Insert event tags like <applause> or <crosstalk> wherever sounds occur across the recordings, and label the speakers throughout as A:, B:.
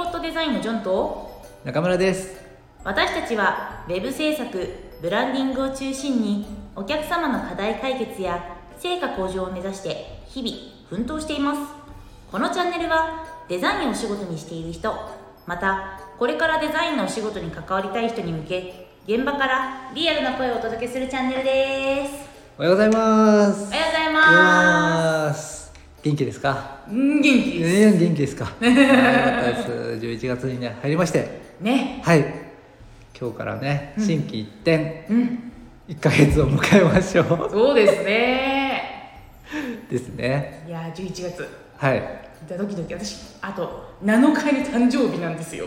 A: ジョンと
B: 中村です
A: 私たちはウェブ制作ブランディングを中心にお客様の課題解決や成果向上を目指して日々奮闘していますこのチャンネルはデザインをお仕事にしている人またこれからデザインのお仕事に関わりたい人に向け現場からリアルな声をお届けするチャンネルです
B: おはようございます
A: おはようござ
B: い
A: いま
B: ます元気ですか
A: すうん元気です
B: ね元気です
A: <laughs>
B: かあーよかったです11月にね入りまして
A: ね
B: はい今日からね心機一転、
A: うん
B: 1ヶ月を迎えましょう
A: そうですね
B: ですね
A: いやー11月
B: はい
A: ドキドキ私あと7日に誕生日なんですよ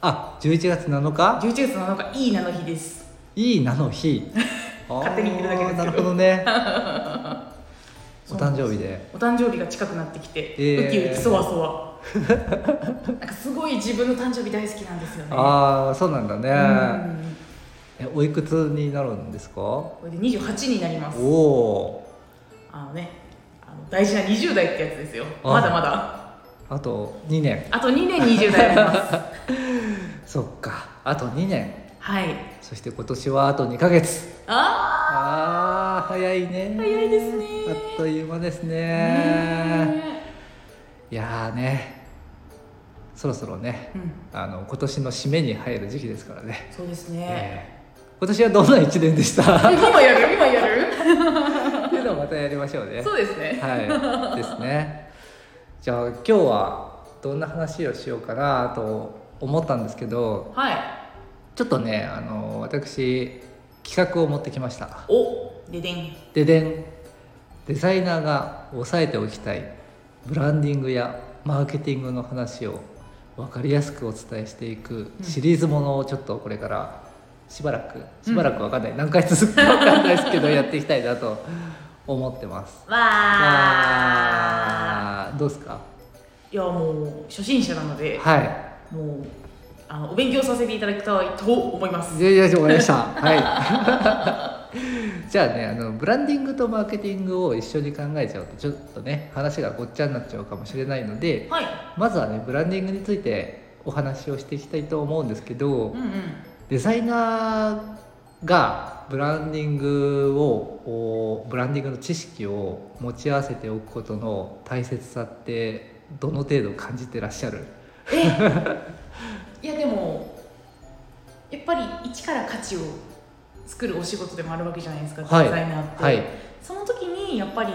B: あ11月7日
A: 11月7日いい名の日です
B: いいなの日
A: <laughs> 勝手に言ってるだけですけど
B: あーなるほどね
A: <laughs>
B: お誕生日で
A: お誕生日が近くなってきて、
B: えー
A: ウキウキそわそわ <laughs> なんかすごい自分の誕生日大好きなんですよね
B: ああそうなんだ
A: う
B: ね、
A: ん
B: えおいくつになるんですかお
A: これで28になります
B: お
A: あのねあの大事な20代ってやつですよ
B: あ
A: まだまだ
B: ーあと2年
A: あと2年20代あ
B: <laughs>
A: ります
B: そっかあと2年
A: はい
B: そして今年はあと2ヶ月
A: あ
B: あー早いね
A: 早いですね
B: あっという間です
A: あ
B: ねいやーねそろそろね
A: うん
B: あの今年の締めに入る時期ですからね、
A: そうですね、
B: ええ今年はどんな1年でした
A: え今やる今やる
B: っていうのをまたやりましょうね
A: そうですね
B: はい、ですね。じゃあ今日はどんな話をしようかなと思ったんですけど、
A: はい
B: ちょっとね、あの私企画を持ってきました。
A: おででん
B: ででん、デザイナーが押さえておきたいブランディングやマーケティングの話を分かりやすくお伝えしていくシリーズものをちょっとこれからしばらくしばらくわかんない、何回続くかわかんないですけどやっていきたいなと思ってます。
A: わー
B: あーどうですか
A: いやもう初心者なので
B: は
A: もうあのお勉強させていただきたいと思います
B: い。じゃあ、じゃあ、終わりました。はい。 <laughs> じゃあね、あのブランディングとマーケティングを一緒に考えちゃうと、ちょっとね、話がごっちゃになっちゃうかもしれないので。
A: はい。
B: まずはね、ブランディングについて、お話をしていきたいと思うんですけど
A: うん、うん。
B: デザイナーが。ブランディングをおブランディングの知識を持ち合わせておくことの大切さってどの程度感じてらっしゃる
A: いやでもやっぱり一から価値を作るお仕事でもあるわけじゃないですか、
B: はい
A: デザイナーって、
B: はい、
A: その時にやっぱり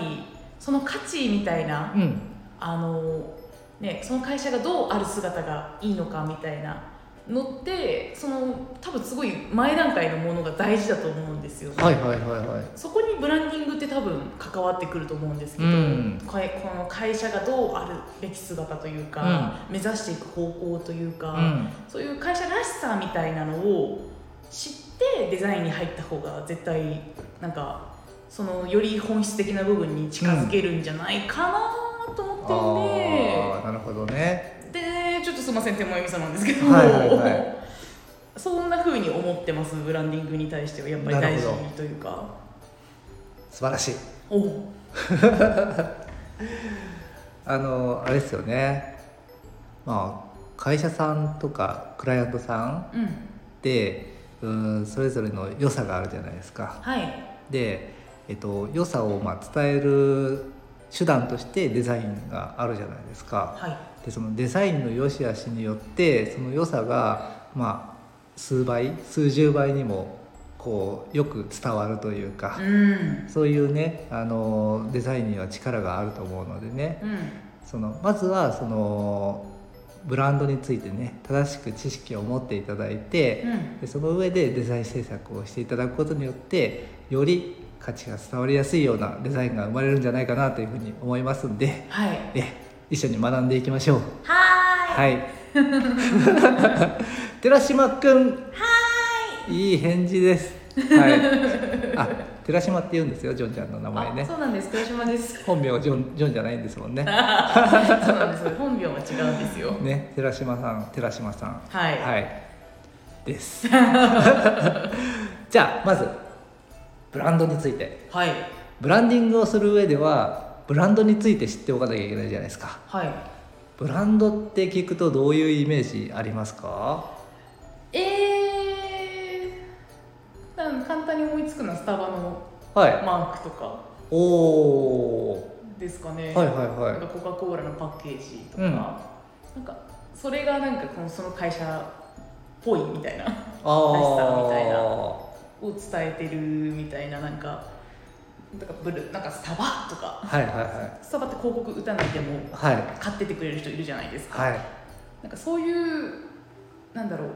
A: その価値みたいな
B: うん、
A: あの、ね、その会社がどうある姿がいいのかみたいなのってその多分すごい前段階のものが大事だと思うんですよね、
B: はいはいはいはい
A: そこにブランディングって多分関わってくると思うんですけど、
B: うん
A: ここの会社がどうあるべき姿というか、目指していく方向というか、
B: うん
A: そういう会社らしさみたいなのを知ってデザインに入った方が絶対なんかそのより本質的な部分に近づけるんじゃないかなと思ってるん
B: ああなるほどね
A: で、でちょっとすみません手前味噌なんですけど、
B: はいはいはい
A: そんな風に思ってますブランディングに対してはやっぱり大事というか。
B: 素晴らしい
A: おう
B: あのあれですよねまあ会社さんとかクライアントさん
A: うん
B: ってうんそれぞれの良さがあるじゃないですか
A: はい
B: で、えっと、良さをまあ伝える手段としてデザインがあるじゃないですか
A: はい
B: でそのデザインの良し悪しによってその良さがまあ数倍数十倍にもこうよく伝わるというか、
A: うん
B: そういうねあのデザインには力があると思うのでね
A: うん
B: そのまずはそのブランドについてね正しく知識を持っていただいて、
A: うん
B: でその上でデザイン制作をしていただくことによってより価値が伝わりやすいようなデザインが生まれるんじゃないかなというふうに思いますんで
A: はい
B: え一緒に学んでいきましょう。
A: は
B: はい <laughs> 寺島くんいい返事です。はい。あ、寺島って言うんですよ、ジョンちゃんの名前ね
A: あ。そうなんです黒島です
B: 本名はジョン、ジョンじゃないんですもんね。
A: そうなんです本名は違うんですよ
B: ね、寺島さん、寺島さん。
A: はい
B: はい。
A: <laughs>
B: です。じゃあ、まず。ブランドについて。
A: はい
B: ブランディングをする上では。ブランドについて知っておかなきゃいけないじゃないですか。
A: はい
B: ブランドって聞くとどういうイメージありますか
A: えー、なん簡単に思いつくのはスタバの
B: はい
A: マークとか
B: おお
A: ですかね、
B: ーはいはいはい
A: なんかコカ・コーラのパッケージとか、
B: うん
A: なんかそれがなんかこのその会社っぽいみたいならしさみたいな
B: あ
A: を伝えてるみたいななんかなんかブルなんかスタバとか
B: あはいはいは
A: スタバって広告打たなくても
B: いはい
A: 買っててくれる人いるじゃないですか、
B: はい
A: なんかそういうなんだろう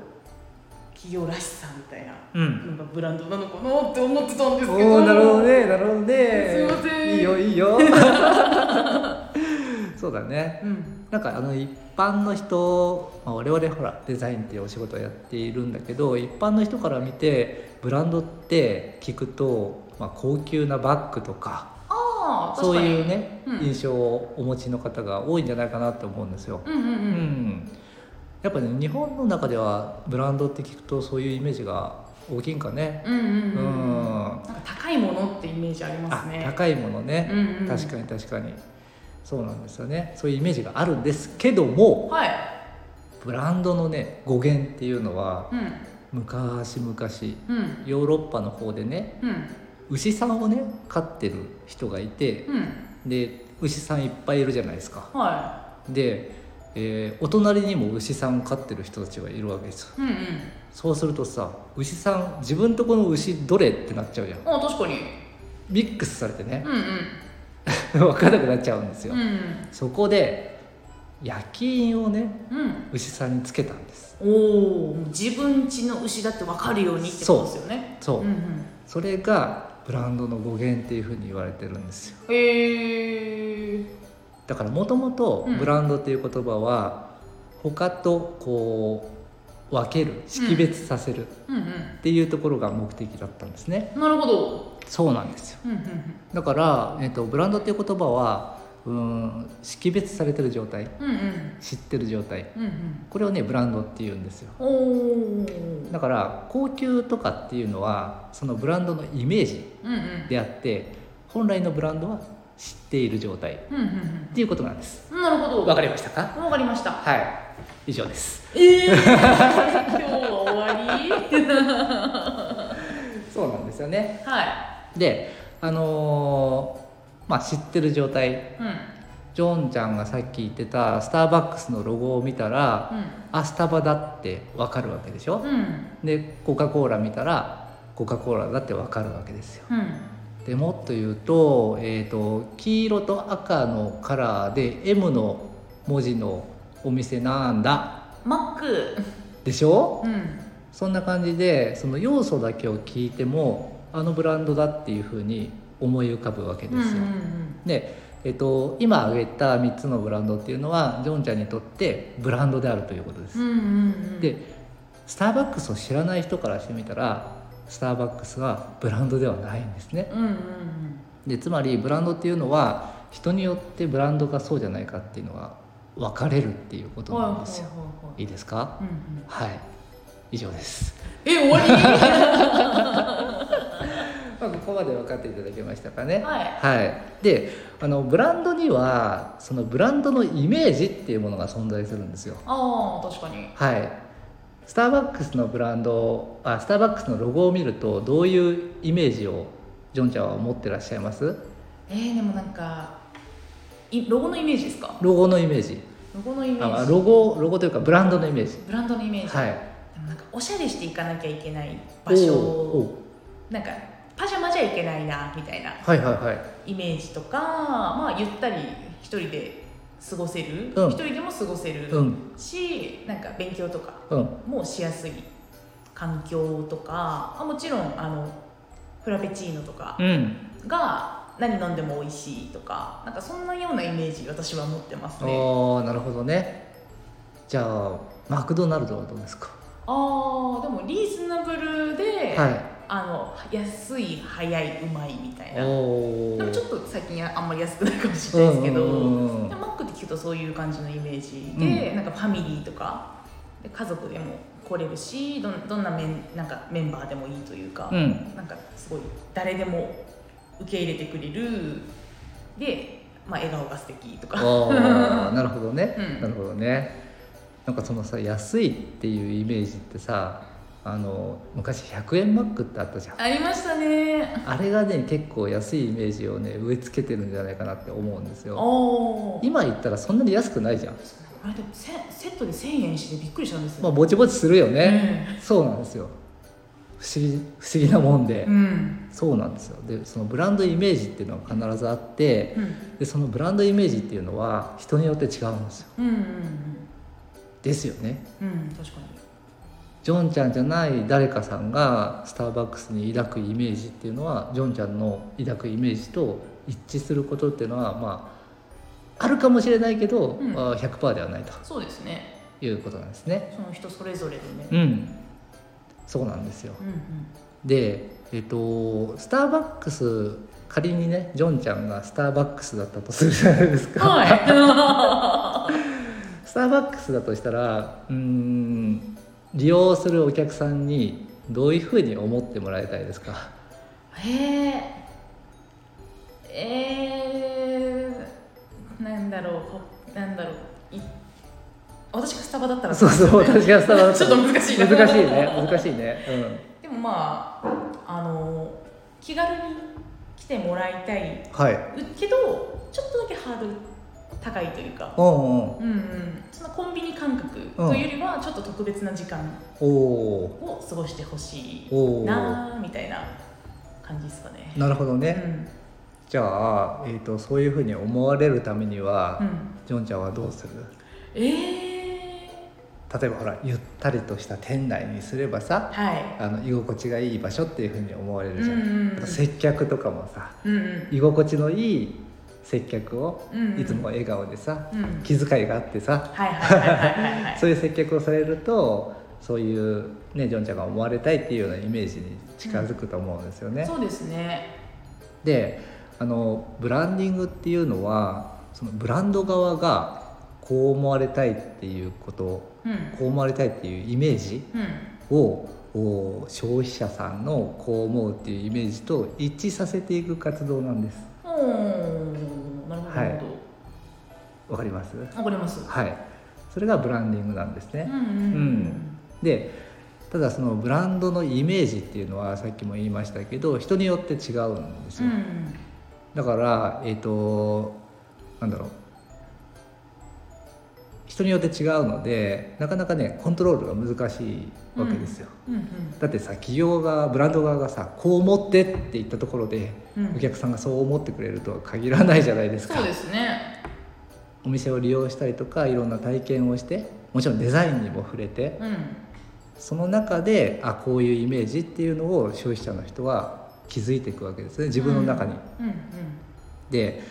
A: 企業らしさみたいな
B: うん
A: のがブランドなのかなって思ってたんですけ
B: お
A: ど
B: おーなるほどねなるほどね
A: すいません
B: いいよいいよ <laughs> そうだね
A: うん
B: なんかあの一般の人、まあ、我々ほらデザインっていうお仕事をやっているんだけど一般の人から見てブランドって聞くと、まあ、高級なバッグとか
A: ああ
B: そういううね、
A: うん
B: 印象をお持ちの方が多いんじゃないかなと思うんですよ。
A: うんうんう
B: うんん、やっぱね日本の中ではブランドって聞くとそういうイメージが大きいんかね。
A: うんう
B: う
A: んうんうん
B: ん、
A: なんか高いものってイメージあります
B: あ
A: ね
B: 高いものね、
A: うんうん
B: 確かに確かにそうなんですよねそういうイメージがあるんですけども
A: はい
B: ブランドのね語源っていうのは
A: うん
B: 昔々
A: うん
B: ヨーロッパの方でね
A: うん
B: 牛さんをね飼ってる人がいて
A: うん
B: で牛さんいっぱいいるじゃないですか
A: は
B: で、えーお隣にも牛さんを飼ってる人たちがいるわけですよ
A: いうんうん
B: そうするとさ牛さん自分とこの牛どれってなっちゃうじゃん
A: あ確かに
B: ミックスされてね <laughs>
A: うんうん
B: 分からなくなっちゃうんですよ、
A: うん
B: そこで焼き印をね
A: うん
B: 牛さんにつけたんです
C: おお自分家の牛だって分かるようにってことですよね
B: そう、
A: うんうん
B: それがブランドの語源っていうふうに言われてるんですよ
A: へえ
B: だからもともと
A: うん
B: ブランドっていう言葉は他とこう分ける識別させる
A: うん
B: っていうところが目的だったんですね、
A: うんなるほど
B: そうなんですよ
A: うんうんうん
B: だから、えっとブランドっていう言葉はうん識別されてる状態
A: うんうん
B: 知ってる状態
A: うんうん
B: これをねブランドっていうんですよ
A: おおー
B: だから高級とかっていうのはそのブランドのイメージ
A: うんうん
B: であって本来のブランドは知っている状態っ
A: うんうん
B: ていうことなんです
A: うんなるほど
B: わかりましたか
A: わかりました
B: はい以上です
A: ええー、今日は終わり
B: そうなんですよね
A: は
B: であのーまあ知ってる状態
A: いうん
B: ジョンちゃんがさっき言ってたスターバックスのロゴを見たら、あスタバだってわかるわけでしょ、
A: うんうん
B: でコカ・コーラ見たらコカ・コーラだってわかるわけですよ
A: うん
B: でもっと言うと,、えー、と黄色と赤のカラーで M の文字のお店なんだ
C: マック
B: でしょ
A: うん
B: そんな感じでその要素だけを聞いてもあのブランドだっていうふうに思い浮かぶわけです
A: うんう
B: よ、
A: ん
B: で、えっと今挙げた3つのブランドっていうのはジョンちゃんにとってブランドであるということです、
A: うんうん
B: でスターバックスを知らない人からしてみたらスターバックスはブランドではないんですね
A: うんうんうん
B: でつまりブランドっていうのは人によってブランドがそうじゃないかっていうのが分かれるっていうことなんですよ、
A: はいはいはいはい
B: いいですか
A: うんうん
B: はい以上です
A: え終わ
B: <laughs>
A: りは
B: まあ、ここまで分かっていただけましたかね。
A: はい
B: であのブランドにはそのブランドのイメージっていうものが存在するんですよ。
A: ああ確かに
B: はいスターバックスのブランドあスターバックスのロゴを見るとどういうイメージをジョンちゃんは持ってらっしゃいます
A: えー、でもなんかいロゴのイメージですか
B: ロゴのイメージ
A: ロゴのイメ
B: あまあ
A: ージ
B: ロゴロゴというかブランドのイメージ
A: ブランドのイメージ、
B: はい
A: でもなんかおしゃれしていかなきゃいけない場所
B: おうおう
A: なんかパジャマじゃいけないなみたいな
B: はいはいはい
A: イメージとかまあゆったり一人で過ごせる一、
B: うん
A: 人でも過ごせる、
B: うん
A: しなんか勉強とか
B: うん
A: もしやすい環境とかあもちろんあのフラペチーノとか
B: うん
A: が何飲んでも美味しいとかなんかそんなようなイメージ私は持ってますね
B: ああなるほどねじゃあマクドナルドはどうですか
A: あーでもリーズナブルで、
B: はい
A: あの安い早いうまいみたいな
B: お
A: でもちょっ
B: と
A: と最近あんまり安くないかもしれないですけど、
B: うん
A: でマックって聞くとそういう感じのイメージで、なんかファミリーとかで家族でも来れるしどんどんなメンなんかメンバーでもいいというか、
B: うん
A: なんかすごい誰でも受け入れてくれるでまあ、笑顔が素敵とか <laughs>
B: ああなるほどね、
A: うん
B: なるほどねなんかそのさ安いっていうイメージってさあの昔100円マックってあったじゃん
A: ありましたね
B: あれがね結構安いイメージをね植え付けてるんじゃないかなって思うんですよ
A: おお
B: 今言ったらそんなに安くないじゃん
A: あれでもセセットで1000円してびっくりしたんですよ、
B: まあぼちぼちするよね、
A: ね
B: そうなんですよ不思議不思議なもんで、
A: うん
B: そうなんですよでそのブランドイメージっていうのは必ずあって
A: うん
B: でそのブランドイメージっていうのは人によって違うんですよ
A: うんうん
B: ですよね
A: うんうん確かに
B: ジョンちゃんじゃない誰かさんがスターバックスに抱くイメージっていうのはジョンちゃんの抱くイメージと一致することっていうのはまああるかもしれないけど、
A: うん
B: あー100%ではないと
A: そうですね
B: いうことなんですね。
A: その人それぞれでね
B: うん、そうなんですよ
A: うん
B: で、えっと、スターバックス仮にねジョンちゃんがスターバックスだったとするじゃないです
A: うん
B: か。
A: <laughs> は
B: スターバックスだとしたらうーん利用するお客さんにどういうふうに思ってもらいたいですか
A: いへええー、なんだろうこなんだろうい私がスタバだったら
B: そうそう、私がスタバだ
A: ちょっと難しいな
B: <laughs> 難しいね、難しいね。
A: でもまああの気軽に来てもらいたい
B: うん。はい。
A: けどちょっとだけハードル高いというか
B: うんうん。
A: うんうん、そのコンビニ感覚というよりはちょっと特別な時間
B: おお
A: を過ごしてほし
B: ー。
A: い
B: おお。な
A: なーみたいな感じですかね。
B: るほど
A: う
B: ね。
A: ん
B: じゃあ、えっ、と、そういうふうに思われるためには、
A: うん、
B: ジョンちゃんはどうする。
A: え
B: 例えば、ほら、ゆったりとした店内にすれば
A: ー、
B: さ。
A: は
B: あの居心地がいい場所っていうふうに思われ
A: い。
B: るじゃん。
A: うんうん
B: あと接客とかもさ、
A: うんうん
B: 居心地のいい接客を、
A: うんうん
B: いつも笑顔でさ、
A: うん
B: 気遣いがあってさ。
A: はいはいはいはいはい
B: そういう接客をされるとそういうねジョンちゃんが思われたいっていうようなイメージに近づくと思うんですよね。
A: そうですね。
B: であのブランディングっていうのはそのブランド側がこう思われたいっていうこと
A: うん
B: こう思われたいっていうイメージ
A: うん
B: をこう消費者さんのこう思うっていうイメージと一致させていく活動なんです。
A: おーなるほど
B: はい
A: なるほ
B: わかります
A: ど。わかります。
B: はいそれがブランディングなんですね。
A: うんうん
B: うんでただそのブランドのイメージっていうのはさっきも言いましたけど人によって違うんです
A: う
B: よ、
A: ん
B: だからえっ、となんだろう人によって違うのでなかなかねコントロールが難しいわけですよ、
A: うん
B: だってさ企業側ブランド側がさこう思ってって言ったところで、
A: うんう
B: お
A: ん。
B: 客さんがそう思ってくれるとは限らないじゃないですか
A: そうですね。
B: お店を利用したりとかいろんな体験をしてもちろんデザインにも触れて
A: うん
B: その中であこういうイメージっていうのを消費者の人は気づいていくわけですね自分の中に。
A: うん
B: で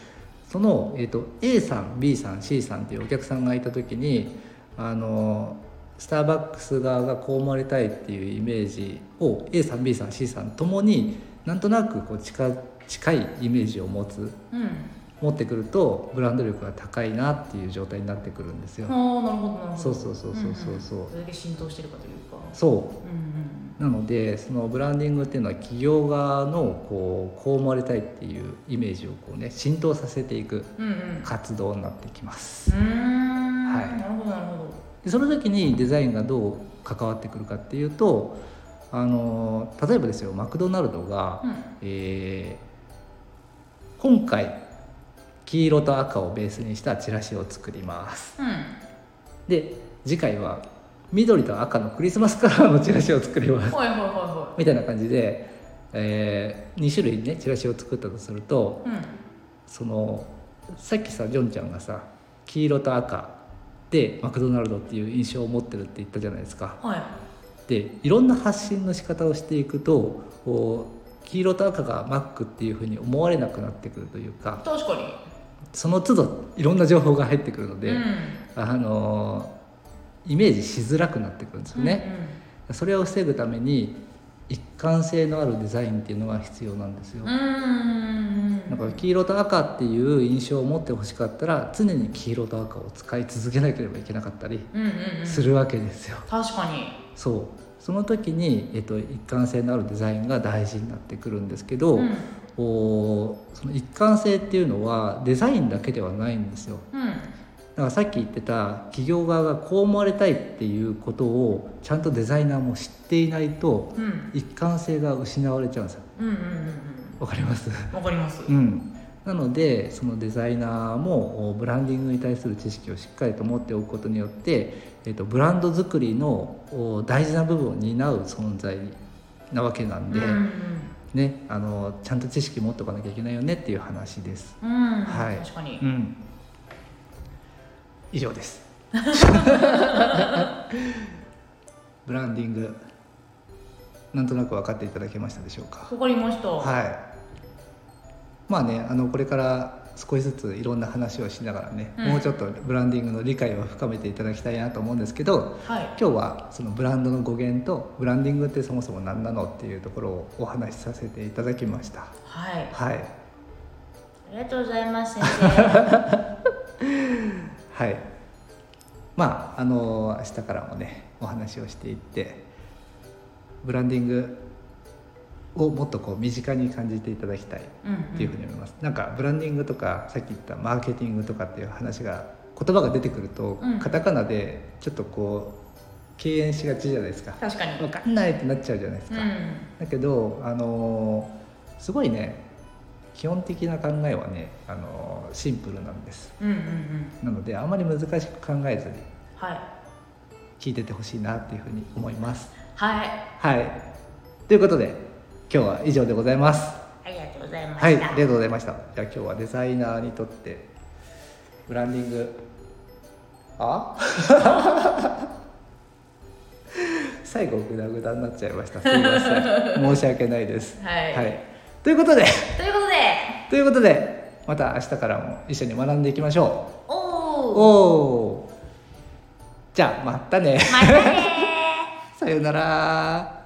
B: その、えー、と A さん B さん C さんっていうお客さんがいた時にあのスターバックス側がこう思われたいっていうイメージを A さん B さん C さんともになんとなくこう近近いイメージを持つ
A: うんうん。
B: 持ってくるとブランド力が高いなっていう状態になってくるんですよ。
A: ああなるほどなるほど
B: そうそうそうそうそうそうん
A: んそれだけ浸透してるかというか
B: そう
A: うんうん
B: なのでそのブランディングっていうのは企業側のこうこう思われたいっていうイメージをこうね浸透させていく
A: うんうん
B: 活動になってきます
A: うーん
B: はい
A: なるほどなるほど
B: でその時にデザインがどう関わってくるかっていうとあの例えばですよマクドナルドが、
A: うん
B: えー今回黄色と赤をベースにしたチラシを作ります
A: う
B: で次回は緑と赤のクリスマスカラーのチラシを作ります
A: んはいはいはいは
B: みたいな感じで、え2種類ねチラシを作ったとすると
A: いうん
B: そのさっきさジョンちゃんがさ黄色と赤でマクドナルドっていう印象を持ってるって言ったじゃないですか。
A: はい
B: でいろんな発信の仕方をしていくとこう黄色と赤がマックっていうふうに思われなくなってくるというか
A: 確かに
B: その都度いろんな情報が入ってくるので、
A: うん
B: あのーイメージしづらくなってくるんですよね。それを防ぐために一貫性のあるデザインっていうのが必要なんですよ、
A: うんうんうん
B: だから黄色と赤っていう印象を持ってほしかったら常に黄色と赤を使い続けなければいけなかったり
A: うんうんうん
B: するわけですよ、
A: 確かに
B: そうその時に、えっと、一貫性のあるデザインが大事になってくるんですけど、
A: うんうん
B: おその一貫性っていうのはデザインだけではないんですよだからさっき言ってた企業側がこう思われたいっていうことをちゃんとデザイナーも知っていないと
A: うん
B: 一貫性が失われちゃうんですよ
A: うんうんうん
B: わかります
A: うんわかります
B: うんなのでそのデザイナーもおブランディングに対する知識をしっかりと持っておくことによって、えっと、ブランド作りのお大事な部分を担う存在なわけなんで、
A: うん
B: ね、あのちゃんと知識持っておかなきゃいけないよねっていう話です。
A: うんうん
B: はい
A: 確かに
B: うん。以上です。 <laughs> ブランディング。なんとなく分かっていただけましたでしょうか。
A: わかりました
B: はい。まあね、あのこれから少しずついろんな話をしながらね、
A: うん
B: もうちょっとブランディングの理解を深めていただきたいなと思うんですけど。
A: はい
B: 今日はそのブランドの語源とブランディングってそもそも何なのっていうところをお話しさせていただきました。
A: はい
B: はい。
C: ありがとうございます先生
B: はい。まあ、あの明日からもね、お話をしていって。ブランディング。をもっとこう身近に感じていただきたい。
A: うん
B: っていうふうに思います。なんかブランディングとか、さっき言ったマーケティングとかっていう話が。言葉が出てくると、
A: うん
B: カタカナで、ちょっとこう。敬遠しがちじゃないですか。
A: 確かに
B: わかんないってなっちゃうじゃないですか。だけど、あのすごいね。基本的な考えはね、あのシンプルなんです。
A: うんうんうんうん
B: なのであまり難しく考えずに
A: はい
B: 聞いててほしいなっていうふうに思います。
A: はい
B: はい。ということで今日は以上でございます。
C: ありがとうございました、
B: はい、ありがとうございました。じゃあ今日はデザイナーにとってブランディングあ <laughs> 最後グダグダになっちゃいました。すみません。申し訳ないです。
A: はい
B: はい。ということで
A: ということで
B: ということでまた明日からも一緒に学んでいきましょう。
C: おお
B: おーじゃあまたね。
C: またねー
B: さよなら。